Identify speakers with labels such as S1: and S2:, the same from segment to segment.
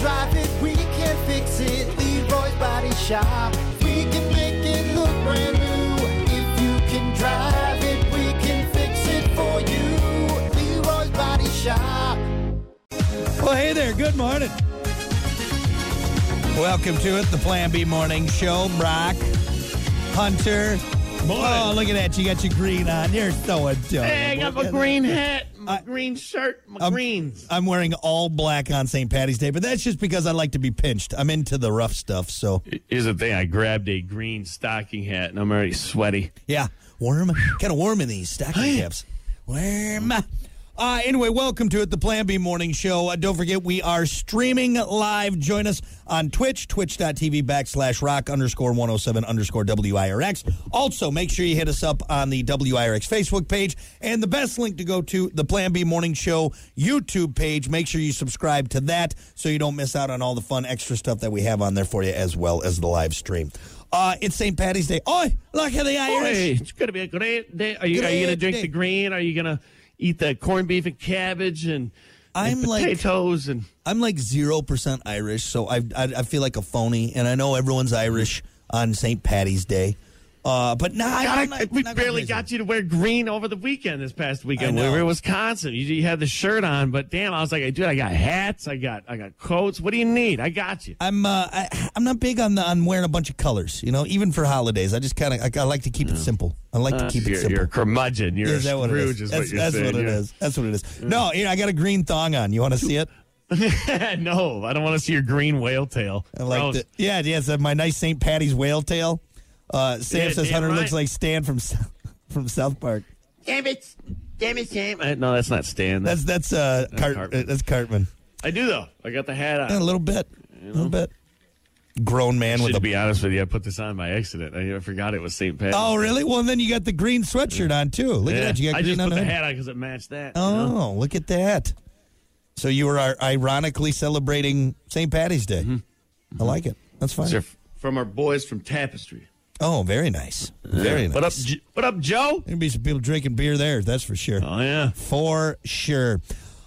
S1: drive it, we can fix it. Leroy's Body Shop. We can make it look brand new. If you can drive it, we can fix it for you. Leroy's Body Shop.
S2: Well, hey there. Good morning. Welcome to it, the Plan B Morning Show. Brock, Hunter.
S3: Morning.
S2: Oh, look at that. You got your green on. You're so adorable.
S3: Hey, I got
S2: Look
S3: my
S2: at
S3: green hat, my
S2: I-
S3: green shirt, my
S2: I'm-
S3: greens.
S2: I'm wearing all black on St. Patty's Day, but that's just because I like to be pinched. I'm into the rough stuff, so
S3: Here's the thing: I grabbed a green stocking hat, and I'm already sweaty.
S2: yeah, warm, kind of warm in these stocking caps. Warm. Uh, anyway, welcome to it, the Plan B Morning Show. Uh, don't forget, we are streaming live. Join us on Twitch, twitch.tv backslash rock underscore 107 underscore WIRX. Also, make sure you hit us up on the WIRX Facebook page. And the best link to go to, the Plan B Morning Show YouTube page. Make sure you subscribe to that so you don't miss out on all the fun extra stuff that we have on there for you, as well as the live stream. Uh, it's St. Patty's Day. Oh, look at the Irish.
S3: Hey, it's gonna be a great day. Are you, are you gonna
S2: Great
S3: drink
S2: day.
S3: the green? Are you gonna eat the corned beef and cabbage and, and
S2: I'm like-
S3: potatoes? and
S2: I'm like zero percent Irish, so I, I I feel like a phony, and I know everyone's Irish on St. Patty's Day, uh, but nah, I,
S3: God,
S2: I'm
S3: I-
S2: not-
S3: we
S2: not gonna
S3: barely
S2: visit.
S3: got you to wear green over the weekend. This past weekend,
S2: I
S3: we
S2: know.
S3: were in Wisconsin. You, you had the shirt on, but damn, I was like, dude, I got hats, I got, I got coats. What do you need? I got you.
S2: I'm uh, I, I'm not big on the, on wearing a bunch of colors, you know, even for holidays. I just kind of I, I like to keep it simple. I like to keep it
S3: Uh, you're,
S2: simple.
S3: you're a curmudgeon. You're
S2: is
S3: a
S2: that what it
S3: Scrooge,
S2: is?
S3: is
S2: That's,
S3: what you're
S2: that's
S3: saying.
S2: what it
S3: yeah.
S2: is. That's what it is. No, here I got a green thong on. You want to see it?
S3: no, I don't want to see your green whale tail.
S2: I like
S3: Gross.
S2: the, yeah, yeah. It's uh, my nice St. Patty's whale tail. Uh, Sam
S3: Yeah,
S2: says
S3: damn
S2: Hunter looks
S3: right.
S2: like Stan from S- from South Park.
S3: Damn it. Damn it, Sam. Uh, no, that's not Stan.
S2: That's that's uh, Cart-
S3: Cartman.
S2: uh, that's Cartman.
S3: I do, though. I got the hat on.
S2: Yeah, a little bit. A little bit. Grown man with
S3: Should
S2: a.
S3: be honest with you, I put this on by accident. I I forgot it was St. Pat's.
S2: oh, really? Well, then you got the green sweatshirt on too. Look
S3: Yeah.
S2: at that. You got
S3: I
S2: green
S3: just
S2: on
S3: put the
S2: hood.
S3: hat on because it matched that. you
S2: Oh,
S3: know?
S2: look at that. So you were uh, ironically celebrating St. Patty's Day.
S3: Mm-hmm.
S2: I like it. That's fine.
S3: These are f- from our boys from Tapestry.
S2: Oh, very nice. Very nice.
S3: What up, J- what up, Joe?
S2: There'll be some people drinking beer there. That's for sure.
S3: Oh, yeah.
S2: For sure.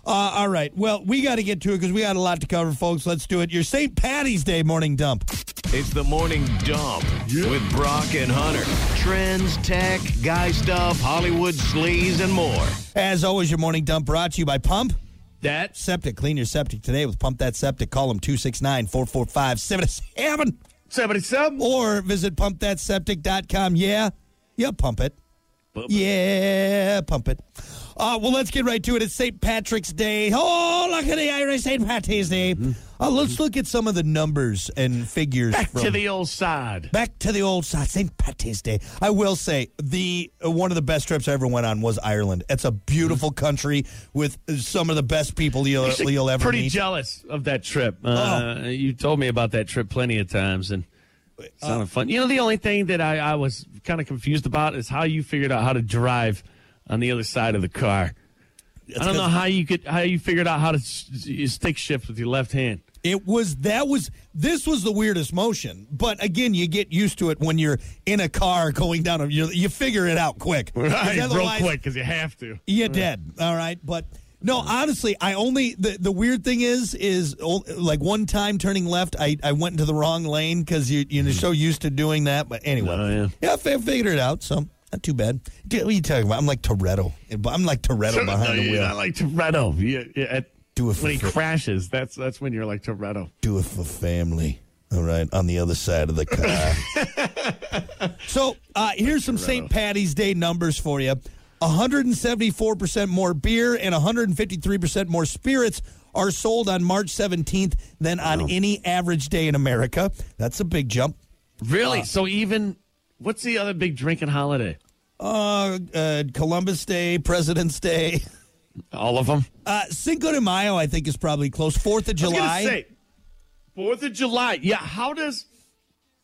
S2: Uh, all right. Well, we got to get to it because we got a lot to cover, folks. Let's do it. Your St. Patty's Day morning dump.
S4: It's the morning dump with Brock and Hunter. Trends, tech, guy stuff, Hollywood sleaze, and more.
S2: As always, your morning dump brought to you by Pump.
S3: That's
S2: septic. Clean your septic today with Pump That Septic. Call them 269 445 77
S3: 77.
S2: or visit pumpthatseptic.com. Yeah, yeah, pump it. Yeah, pump it. Uh, well, let's get right to it. It's St. Patrick's Day. Oh, look at the Irish St. Patrick's Day. Uh, let's look at some of the numbers and figures.
S3: Back to
S2: from-
S3: the old side.
S2: Back to the old side, St. Patty's Day. I will say the uh, one of the best trips I ever went on was Ireland. It's a beautiful
S3: Mm-hmm.
S2: country with some of the best people you'll, you'll ever Oh.
S3: Pretty
S2: meet.
S3: jealous of that trip. Uh, You told me about that trip plenty of times, and it
S2: Uh,
S3: sounded fun. You know, the only thing that I, I was kind of confused about is how you figured out how to drive on the other side of the car. I don't know
S2: 'cause-
S3: how you could how you figured out how to s- s- stick shift with your left hand.
S2: It was that was this was the weirdest motion, but again, you get used to it when you're in a car going down. A, you, you figure it out quick, 'Cause
S3: real
S2: otherwise,
S3: quick because you have to.
S2: You're dead. All right, but no, honestly, I only the, the weird thing is is o- like one time turning left, I, I went into the wrong lane because you you're so used to doing that. But anyway,
S3: Oh, yeah.
S2: I fi- figured it out. So not too bad. Dude, what are you talking about? I'm like Toretto. I'm like Toretto behind
S3: No,
S2: the
S3: you're
S2: wheel.
S3: not like Toretto. You, you, at,
S2: Do a
S3: when he
S2: flip.
S3: crashes, that's that's when you're like Toretto.
S2: do it for family. All right, on the other side of the car. so uh, here's some St. Patty's Day numbers for you 174% more beer and 153% more spirits are sold on March 17th than on any average day in America. That's a big jump.
S3: Really? so even Uh, what's the other big drinking holiday?
S2: Uh, uh, Columbus Day, President's Day.
S3: All of them.
S2: Uh, Cinco de Mayo, I think, is probably close. Fourth of July.
S3: I was gonna say, Fourth of July. Yeah, how does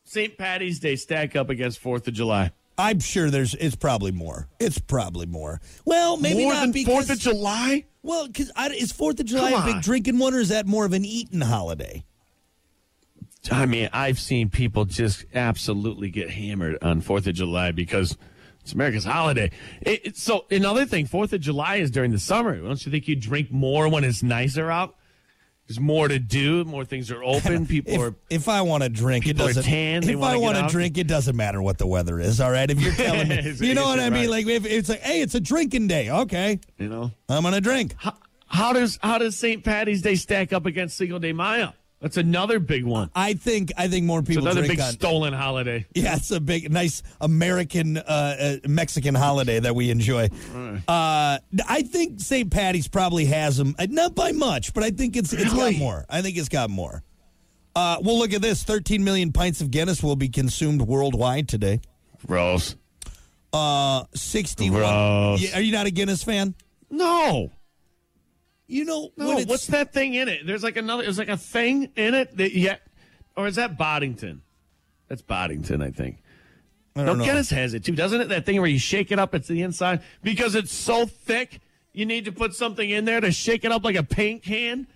S3: St. Patty's Day stack up against Fourth of July?
S2: I'm sure there's. It's probably more. It's probably more. Well, maybe
S3: More
S2: not
S3: than
S2: because
S3: Fourth of July?
S2: Well, because is Fourth of July
S3: Come
S2: a big
S3: on.
S2: drinking one, or is that more of an eating holiday?
S3: I mean, I've seen people just absolutely get hammered on Fourth of July because it's America's holiday. It, it- so another thing, Fourth of July is during the summer. Don't you think you drink more when it's nicer out? There's more to do. More things are open. People
S2: If,
S3: are.
S2: if I want to drink, it
S3: people are
S2: doesn't.
S3: tan, they
S2: if
S3: wanna
S2: I
S3: get
S2: want to
S3: out.
S2: drink, it doesn't matter what the weather is. All right, if you're telling me,
S3: It's-
S2: you know what
S3: it's
S2: I mean.
S3: right.
S2: Like if it's like, hey, it's a drinking day. Okay,
S3: You know.
S2: I'm gonna drink.
S3: How, how does how does St. Patty's Day stack up against Cinco de Mayo? That's another big one.
S2: I think I think more
S3: It's
S2: people
S3: another
S2: drink
S3: big
S2: on.
S3: stolen holiday.
S2: Yeah, it's a big, nice American uh, uh, Mexican holiday that we enjoy. Uh, I think St. Patty's probably has them, not by much, but I think it's it's got
S3: Really?
S2: more. I think it's got more. Uh, well, look at this: 13 million pints of Guinness will be consumed worldwide today.
S3: Gross.
S2: 61.
S3: Gross.
S2: Yeah, are you not a Guinness fan?
S3: No.
S2: You know
S3: No.
S2: when it's-
S3: What's that thing in it? There's like another. There's like a thing in it that yeah, or is that Boddington? That's Boddington, I think.
S2: I
S3: No,
S2: don't know.
S3: Guinness has it too, doesn't it? That thing where you shake it up, it's the inside because it's so thick. You need to put something in there to shake it up like a paint can.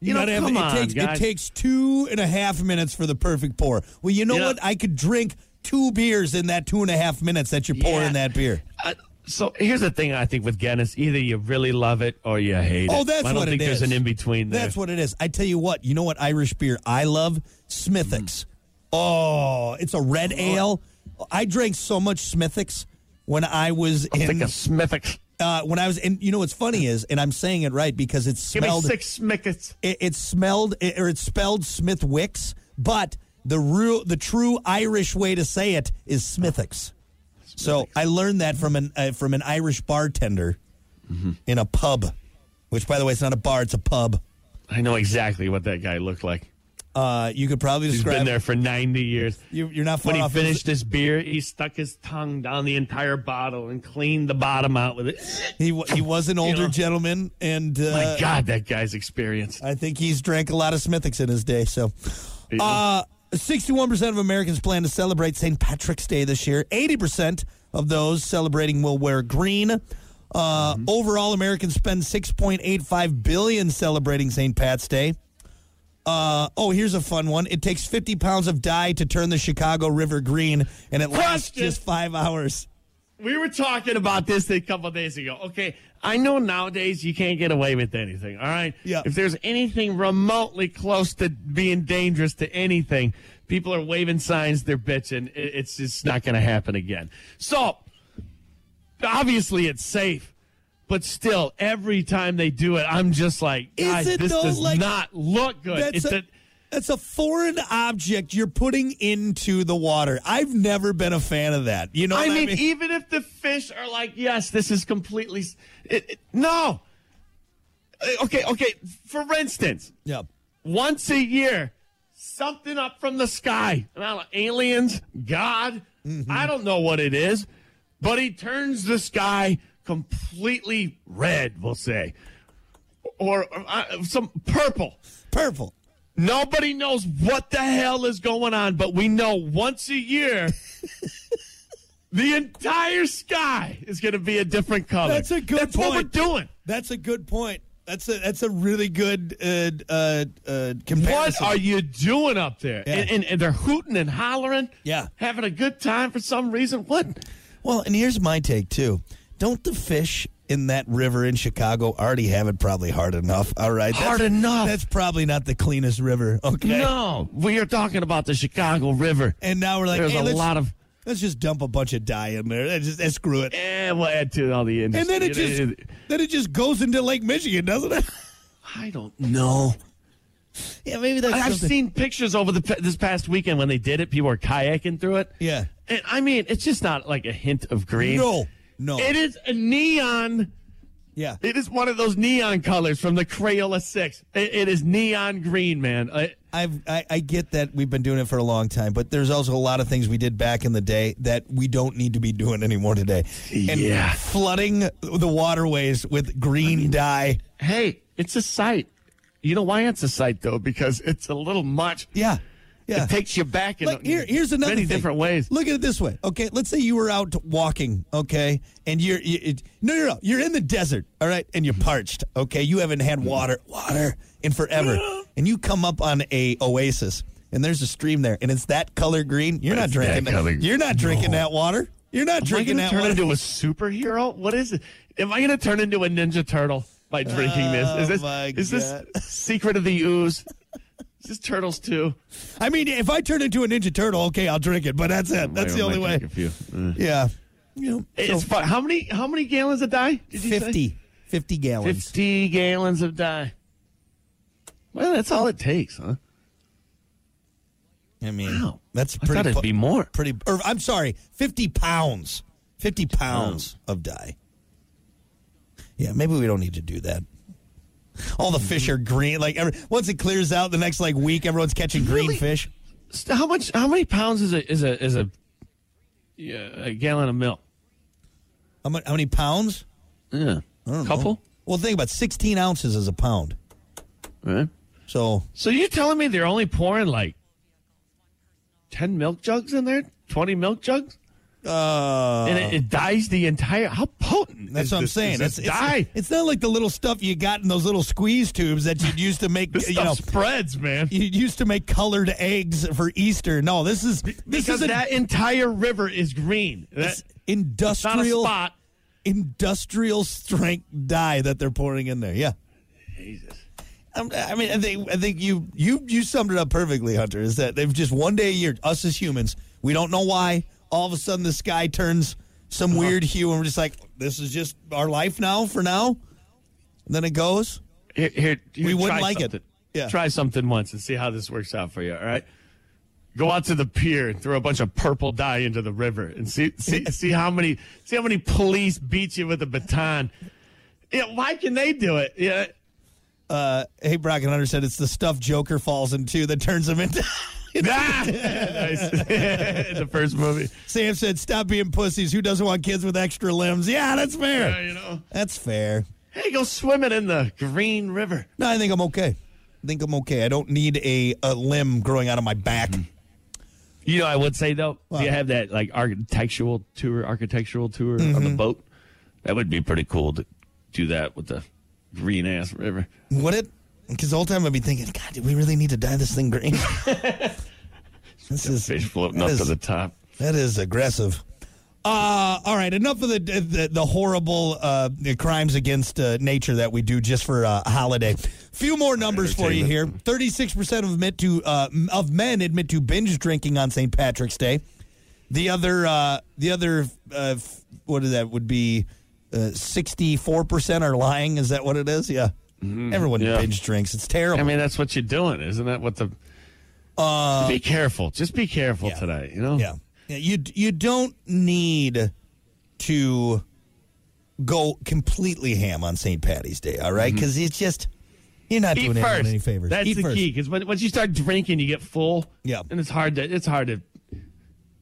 S3: You, know,
S2: gotta have-
S3: come
S2: it
S3: on,
S2: takes,
S3: guys.
S2: It takes two and a half minutes for the perfect pour. Well, you know
S3: Yeah.
S2: what? I could drink two beers in that two and a half minutes that you pour
S3: Yeah.
S2: in that beer.
S3: Uh, so here's the thing I think with Guinness: either you really love it or you hate it.
S2: Oh, that's
S3: I don't
S2: what
S3: think
S2: it
S3: there's
S2: is.
S3: an in between there.
S2: That's what it is. I tell you what, you know what Irish beer I love? Smithwick's. Oh, it's a red ale. I drank so much Smithwick's when I was
S3: I
S2: in
S3: think a Smithwick.
S2: uh, when I was in. You know what's funny is, and I'm saying it right because it
S3: Give
S2: smelled
S3: me six Smickets.
S2: it, it smelled it, or it spelled Smithwick's, but the real the true Irish way to say it is Smithwick's. So I learned that from an uh, from an Irish bartender
S3: Mm-hmm.
S2: in a pub, which by the way, it's not a bar, it's a pub.
S3: I know exactly what that guy looked like.
S2: Uh, you could probably
S3: He's
S2: describe.
S3: been there for 90 years.
S2: You, you're not far
S3: When he
S2: off.
S3: finished his beer, he stuck his tongue down the entire bottle and cleaned the bottom out with it.
S2: He wa- he was an older
S3: know.
S2: gentleman, and uh,
S3: My God, that guy's experience.
S2: I think he's drank a lot of Smithwick's in his day. So, uh, 61% of Americans plan to celebrate St. Patrick's Day this year. 80% of those celebrating will wear green. Uh,
S3: Mm-hmm.
S2: Overall, Americans spend 6.85 billion celebrating St. Pat's Day. Uh, oh, here's a fun one. It takes 50 pounds of dye to turn the Chicago River green, and it lasts
S3: Question.
S2: just five hours.
S3: We were talking about this a couple days ago. Okay, I know nowadays you can't get away with anything. All right.
S2: Yeah.
S3: If there's anything remotely close to being dangerous to anything, people are waving signs. They're bitching. It- It's just not going to happen again. So obviously it's safe. But still, every time they do it, I'm just like,
S2: Is
S3: guys,
S2: it
S3: this
S2: though,
S3: does
S2: like-
S3: not look good.
S2: That's
S3: It's
S2: a,
S3: a-
S2: that's a foreign object you're putting into the water. I've never been a fan of that. You know
S3: I
S2: what
S3: mean, even if the fish are like, yes, this is completely. s- It, it- no. Uh, Okay, okay. For instance,
S2: yeah.
S3: once a year, something up from the sky. I don't know, aliens, God, I don't know what it is, but he turns the sky completely red, we'll say, or, or, uh, some purple.
S2: Purple.
S3: Nobody knows what the hell is going on, but we know once a year the entire sky is going to be a different color.
S2: That's a good
S3: That's what we're
S2: point.
S3: doing.
S2: That's a good point. That's a that's a really good uh, uh, uh,
S3: What
S2: comparison.
S3: are you doing up there?
S2: Yeah.
S3: And, and, and they're hooting and hollering.
S2: Yeah.
S3: Having a good time for some reason. What?
S2: Well, and here's my take too. Don't the fish in that river in Chicago already have it probably hard enough? All right,
S3: Hard
S2: That's-
S3: enough.
S2: That's probably not the cleanest river. Okay.
S3: No. We are talking about the Chicago River.
S2: And now we're like,
S3: There's
S2: hey,
S3: a
S2: let's-
S3: lot of.
S2: Let's just dump a bunch of dye in there. Let's Just, eh, screw it.
S3: Eh, we'll add to all the
S2: And
S3: industry.
S2: then it just then it just goes into Lake Michigan, doesn't it?
S3: I don't know.
S2: Yeah, maybe that's.
S3: I- I've seen pictures over the pa- this past weekend when they did it. People were kayaking through it.
S2: Yeah.
S3: and I mean, it's just not like a hint of green.
S2: No, no.
S3: it is a neon.
S2: yeah,
S3: It is one of those neon colors from the Crayola Six. It- it is neon green, man. I,
S2: I've, I I get that we've been doing it for a long time, but there's also a lot of things we did back in the day that we don't need to be doing anymore today. And
S3: Yeah.
S2: flooding the waterways with green dye.
S3: hey, it's a sight. You know why it's a sight though? Because it's a little much.
S2: Yeah, yeah.
S3: It takes you back in
S2: Like here, here's another
S3: many
S2: thing.
S3: different ways.
S2: Look at it this way. Okay, let's say you were out walking. Okay, and you're you, it, no, no, no. You're in the desert. All right, and you're parched. Okay, you haven't had water, water in forever, and you come up on a oasis, and there's a stream there, and it's that color green. You're not
S3: It's
S2: drinking.
S3: that
S2: That
S3: color-
S2: You're not drinking that water. You're not
S3: Am I
S2: drinking
S3: going to
S2: that
S3: turn
S2: water.
S3: into a superhero? What is it? Am I going to turn into a Ninja Turtle? by drinking this. Is this
S2: Oh, my
S3: is this secret of the ooze? Is this turtles too?
S2: I mean, if I turn into a Ninja Turtle, okay, I'll drink it, but that's it. That's the only way. Yeah. You know,
S3: It's fun. How many how many gallons of dye? Did you say?
S2: 50, 50 gallons.
S3: Fifty gallons of dye. Well, that's all it takes, huh?
S2: I mean,
S3: Wow.
S2: that's
S3: I thought
S2: pretty.
S3: it'd
S2: fu-
S3: be more.
S2: Pretty. Or I'm sorry, fifty pounds. Fifty pounds of dye. Yeah, maybe we don't need to do that. All the fish are green. Like every, once it clears out, the next like week, everyone's catching green
S3: Really?
S2: fish.
S3: St- How much? How many pounds is a is a is a, yeah, a gallon of milk?
S2: How, mu- how many pounds?
S3: Yeah, couple.
S2: Well, think about sixteen ounces is a pound.
S3: Right.
S2: So
S3: So you're telling me they're only pouring like ten milk jugs in there, twenty milk jugs,
S2: uh,
S3: and it, it dyes the entire. How potent?
S2: that's
S3: is
S2: what I'm
S3: this-
S2: saying.
S3: is
S2: It's,
S3: This
S2: it's,
S3: dye.
S2: it's not like the little stuff you got in those little squeeze tubes that you'd use to make
S3: this
S2: you
S3: stuff
S2: know
S3: spreads, man.
S2: you used to make colored eggs for Easter. No, this is this
S3: because
S2: is a,
S3: that entire river is green. That,
S2: it's
S3: it's not a
S2: industrial
S3: spot.
S2: industrial strength dye that they're pouring in there. Yeah. Jesus. I mean, I think I think you you you summed it up perfectly, Hunter. Is that they've just one day a year, us as humans, we don't know why. All of a sudden, the sky turns some
S3: Uh-huh.
S2: weird hue, and we're just like, "This is just our life now." For now, and then it goes.
S3: Here, here, here,
S2: We wouldn't
S3: try
S2: like it.
S3: something.
S2: Yeah.
S3: Try something once and see how this works out for you. All right. Go out to the pier and throw a bunch of purple dye into the river and see see see how many see how many police beat you with a baton. Yeah, why can they do it? Yeah.
S2: Hey, Brock and Hunter said it's the stuff Joker falls into that turns him into.
S3: Ah! Nice. the first movie.
S2: Sam said, "Stop being pussies. Who doesn't want kids with extra limbs?" Yeah, that's fair.
S3: Yeah, you know.
S2: That's fair.
S3: Hey, go swimming in the green river.
S2: No, I think I'm okay. I think I'm okay. I don't need a, a limb growing out of my back.
S3: You know, I would say though, do you have that like architectural tour, architectural tour on
S2: Mm-hmm.
S3: the boat? That would be pretty cool to do that with the green ass river.
S2: Would it? Because the whole time I'd be thinking, God, do we really need to dye this thing green? this is
S3: Fish floating
S2: that
S3: up
S2: is-
S3: to the top.
S2: That is aggressive. Uh, all right, enough of the the, the horrible uh, the crimes against uh, nature that we do just for uh, a holiday. Few more numbers for you here. Thirty six percent of admit to uh, m- of men admit to binge drinking on St. Patrick's Day. The other uh, the other uh, f- what is that would be sixty four percent are lying. Is that what it is? Yeah. Everyone
S3: yeah.
S2: binge drinks. It's terrible.
S3: I mean, that's what you're doing, isn't that what the? be careful. Just be careful
S2: Uh, Yeah.
S3: tonight. You know.
S2: Yeah. Yeah, you you don't need to go completely ham on St. Patty's Day, all right? Because it's just you're not
S3: Mm-hmm. Eat
S2: doing anyone
S3: first.
S2: any favors.
S3: That's
S2: Eat
S3: the
S2: first.
S3: key. Because when, once you start drinking, you get full.
S2: Yeah.
S3: And it's hard to it's hard to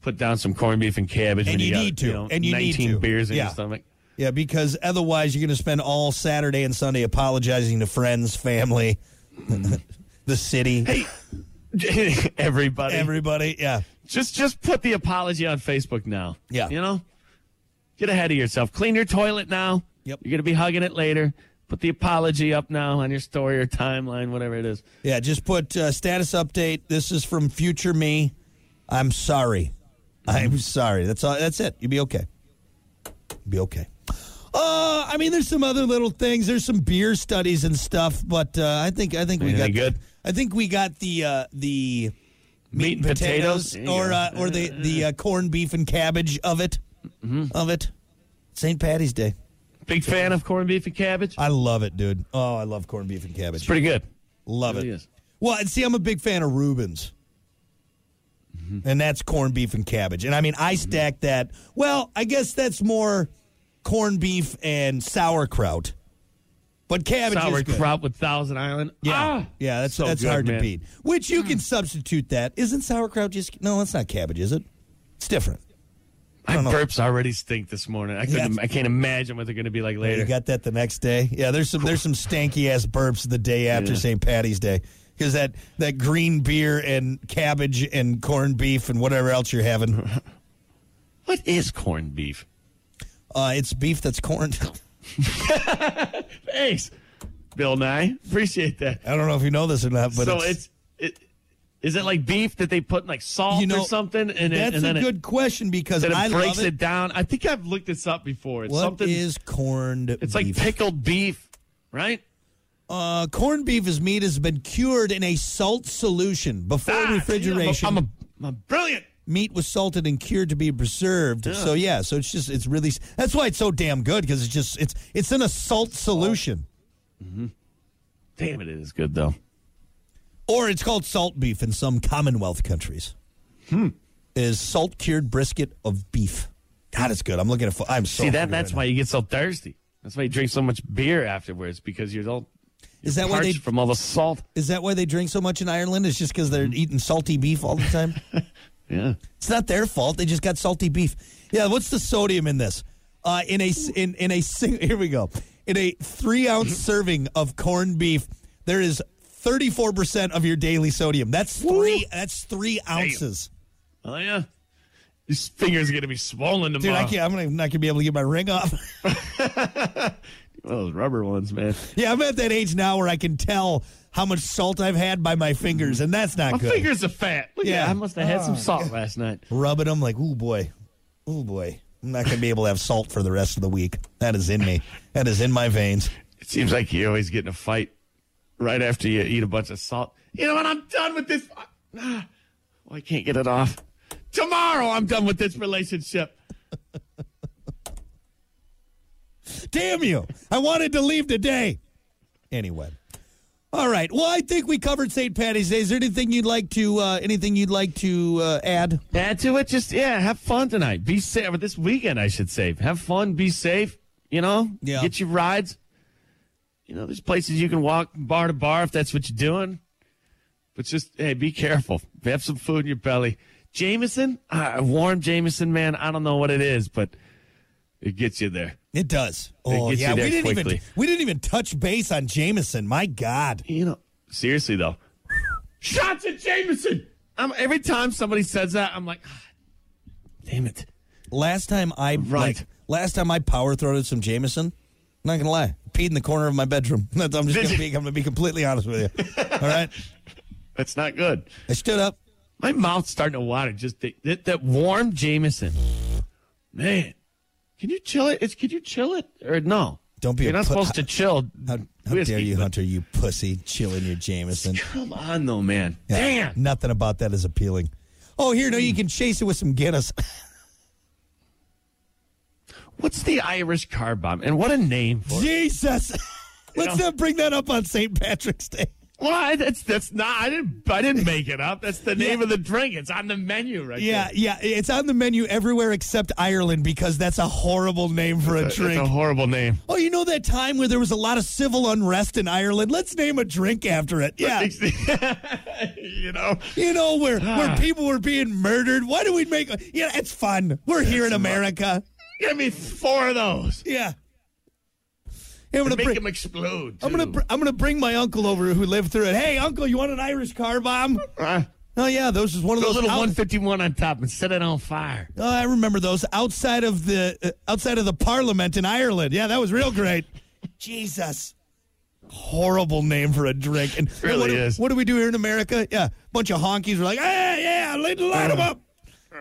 S3: put down some corned beef and cabbage.
S2: And
S3: when
S2: you
S3: got,
S2: need to.
S3: know,
S2: And you need
S3: 19
S2: to.
S3: beers in
S2: Yeah.
S3: your stomach.
S2: Yeah, because otherwise you're going to spend all Saturday and Sunday apologizing to friends, family, the city,
S3: Everybody.
S2: everybody. Yeah.
S3: just just put the apology on Facebook now.
S2: Yeah.
S3: You know? Get ahead of yourself. Clean your toilet now.
S2: Yep.
S3: You're gonna be hugging it later. Put the apology up now on your story or timeline, whatever it is.
S2: Yeah, just put uh, status update. This is from future me. I'm sorry. I'm sorry. That's all. That's it. You'll be okay. You'll be okay. Uh, I mean, there's some other little things. There's some beer studies and stuff, but uh, I think I think we
S3: Anything
S2: got
S3: good?
S2: I think we got the uh, the
S3: Meat and potatoes. There you
S2: or
S3: go.
S2: uh, or the the uh, corned beef and cabbage of it
S3: Mm-hmm.
S2: of it. St. Patty's Day.
S3: Big fan of corned beef and cabbage.
S2: I love it, dude. Oh, I love corned beef and cabbage.
S3: Pretty good.
S2: Love
S3: Really
S2: it.
S3: is.
S2: Well, and see, I'm a big fan of Rubens.
S3: Mm-hmm.
S2: And that's corned beef and cabbage. And I mean, I stack that. Well, I guess that's more corned beef and sauerkraut. But cabbage is good.
S3: Sauerkraut with Thousand Island.
S2: Yeah,
S3: Ah!
S2: yeah, that's
S3: So
S2: that's
S3: good,
S2: hard to
S3: man. Mm.
S2: beat. Which you can substitute that. Isn't sauerkraut just no? That's not cabbage, is it? It's different.
S3: My
S2: don't know.
S3: burps already stink this morning. I couldn't.
S2: Yeah.
S3: I can't imagine what they're gonna be like later.
S2: You got that the next day. Yeah, there's some there's some stanky ass burps the day after
S3: Yeah.
S2: St. Patty's Day because that that green beer and cabbage and corned beef and whatever else you're having,
S3: what is corned beef?
S2: uh, it's beef that's corned.
S3: Thanks, Bill Nye. Appreciate that.
S2: I don't know if you know this or not, but
S3: so
S2: it's,
S3: it's, it. Is it like beef that they put in like salt
S2: You know,
S3: or something, and, it,
S2: that's
S3: and then
S2: a
S3: it-
S2: good question because
S3: then it
S2: I
S3: breaks
S2: love
S3: it.
S2: it.
S3: down? I think I've looked this up before. It's
S2: What
S3: something.
S2: is corned?
S3: it's like
S2: beef?
S3: pickled beef, right?
S2: Uh, corned beef is meat has been cured in a salt solution before
S3: Ah,
S2: refrigeration.
S3: You know, I'm, a, I'm a brilliant.
S2: meat was salted and cured to be preserved. So yeah, so it's just it's really that's why it's so damn good because it's just it's it's in a salt solution
S3: Damn it, it is good though.
S2: or it's called salt beef in some Commonwealth countries. Hmm. Is salt cured brisket of beef? God, it's good. I'm looking at. fo- I'm so
S3: See that?
S2: hungry
S3: That's
S2: right
S3: why you get so thirsty. That's why you drink so much beer afterwards because you're all
S2: now. Is that why they
S3: parched from all the salt.
S2: is that why they drink so much in Ireland? It's just because they're eating salty beef all the time.
S3: Mm-hmm. Yeah.
S2: It's not their fault. They just got salty beef. Yeah, what's the sodium in this? Uh, in a s- in in a sing, here we go. In a three ounce serving of corned beef, there is thirty four percent of your daily sodium. That's three. That's three ounces.
S3: Oh yeah. His fingers are gonna be swollen
S2: Dude,
S3: tomorrow.
S2: I can't. I'm not, I'm not gonna be able to get my ring off.
S3: One of those rubber ones, man.
S2: yeah, I'm at that age now where I can tell how much salt I've had by my fingers, and that's not
S3: Mm-hmm. My
S2: good.
S3: fingers are fat. Look
S2: Yeah. Oh.
S3: yeah, I must have had some salt last night.
S2: Rubbing them like, ooh boy, ooh boy. I'm not gonna be able to have salt for the rest of the week. That is in me. That is in my veins.
S3: It seems like you always get in a fight right after you eat a bunch of salt. You know what? I'm done with this. Ah, well, I can't get it off. Tomorrow, I'm done with this relationship.
S2: Damn you. I wanted to leave today. Anyway. All right. Well, I think we covered St. Patty's Day. Is there anything you'd like to uh, anything you'd like to uh, add?
S3: Add to it. Just yeah, have fun tonight. Be safe. Or this weekend, I should say. Have fun. Be safe. You know.
S2: Yeah.
S3: Get your rides. You know, there's places you can walk from bar to bar if that's what you're doing. But just hey, be careful. Have some food in your belly. Jameson, uh, warm Jameson, man. I don't know what it is, but it gets you there.
S2: It does. Oh
S3: gets you
S2: yeah, we
S3: there
S2: didn't even
S3: quickly.
S2: we didn't even touch base on Jameson. My God.
S3: You know, seriously though, shots at Jameson. I'm, every time somebody says that, I'm like, "Ah, damn it.
S2: Last time I
S3: Right.
S2: like, last time I power throated some Jameson. Not gonna lie, peed in the corner of my bedroom. That's- I'm just
S3: Did
S2: gonna
S3: you?
S2: be, I'm gonna be completely honest with you. All right,
S3: That's not good.
S2: I stood up.
S3: My mouth's starting to water. Just th- that, that warm Jameson, man. Can you chill it? It's, can you chill it or no?
S2: Don't be a
S3: You're not
S2: pu-
S3: supposed to chill.
S2: How, how
S3: whiskey,
S2: dare you,
S3: but-
S2: Hunter? You pussy, chilling your Jameson.
S3: Come on, though, man.
S2: Yeah,
S3: Damn.
S2: Nothing about that is appealing. Oh, here, no, you can chase it with some Guinness.
S3: What's the Irish car bomb? And what a name for it.
S2: Jesus. Let's
S3: know?
S2: not bring that up on St. Patrick's Day.
S3: Well, I- that's that's not. I didn't. I didn't make it up. That's the name of the drink. It's on the menu right
S2: Yeah,
S3: there.
S2: yeah. It's on the menu everywhere except Ireland because that's a horrible name for a
S3: It's a
S2: drink.
S3: horrible name.
S2: Oh, you know that time where there was a lot of civil unrest in Ireland? Let's name a drink after it. Yeah.
S3: you know,
S2: You know, where,
S3: Ah.
S2: where people were being murdered. Why do we make a- Yeah, it's fun. We're here in America.
S3: give me four of those.
S2: Yeah. Yeah, I'm gonna
S3: Make
S2: bring-
S3: them explode.
S2: I'm gonna
S3: too.
S2: br- I'm gonna bring my uncle over who lived through it. Hey, uncle, you want an Irish car bomb?
S3: Uh,
S2: Oh yeah, those is one of
S3: put
S2: those.
S3: a little
S2: out-
S3: 151 on top and set it on fire.
S2: Oh, I remember those outside of the uh, outside of the Parliament in Ireland. Yeah, that was real great. Jesus, horrible name for a drink. And
S3: Really
S2: what do,
S3: is.
S2: What do we do here in America? Yeah, bunch of honkies were like, hey, yeah, line, line
S3: Mm.
S2: 'em up,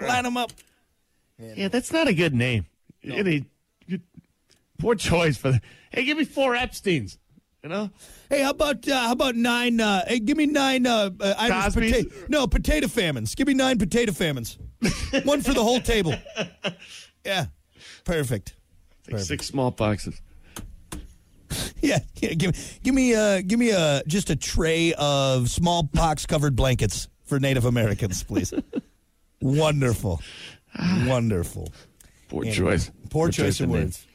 S2: line them up.
S3: Yeah, that's not a good name. Any- you- poor choice for. The, hey, give me four Epstein's. You know,
S2: Hey, how about uh, how about nine? Uh, hey, give me nine uh, uh, Irish
S3: Cosby's?
S2: potato. No, potato famines. Give me nine potato famines. One for the whole table. Yeah, perfect.
S3: It's like six small boxes.
S2: Yeah, yeah give me give me uh, give me uh, just a tray of smallpox covered blankets for Native Americans, please. Wonderful, wonderful.
S3: Poor choice.
S2: Poor choice of
S3: name.
S2: words.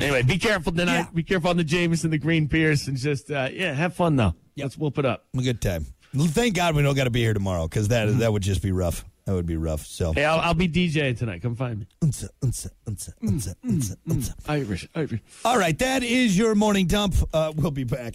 S3: Anyway, be careful tonight.
S2: Yeah.
S3: Be careful on the Jameson, the Green Pierce, and just uh, yeah, have fun though. Let's whoop it up.
S2: A good time. Thank God we don't got to be here tomorrow because that that would just be rough. That would be rough. So.
S3: Hey, I'll, I'll be DJing tonight. Come find me.
S2: Unsa, unsa, unsa, unsa, unsa, unsa.
S3: Mm-hmm. Irish, Irish.
S2: All right, that is your morning dump. Uh, we'll be back.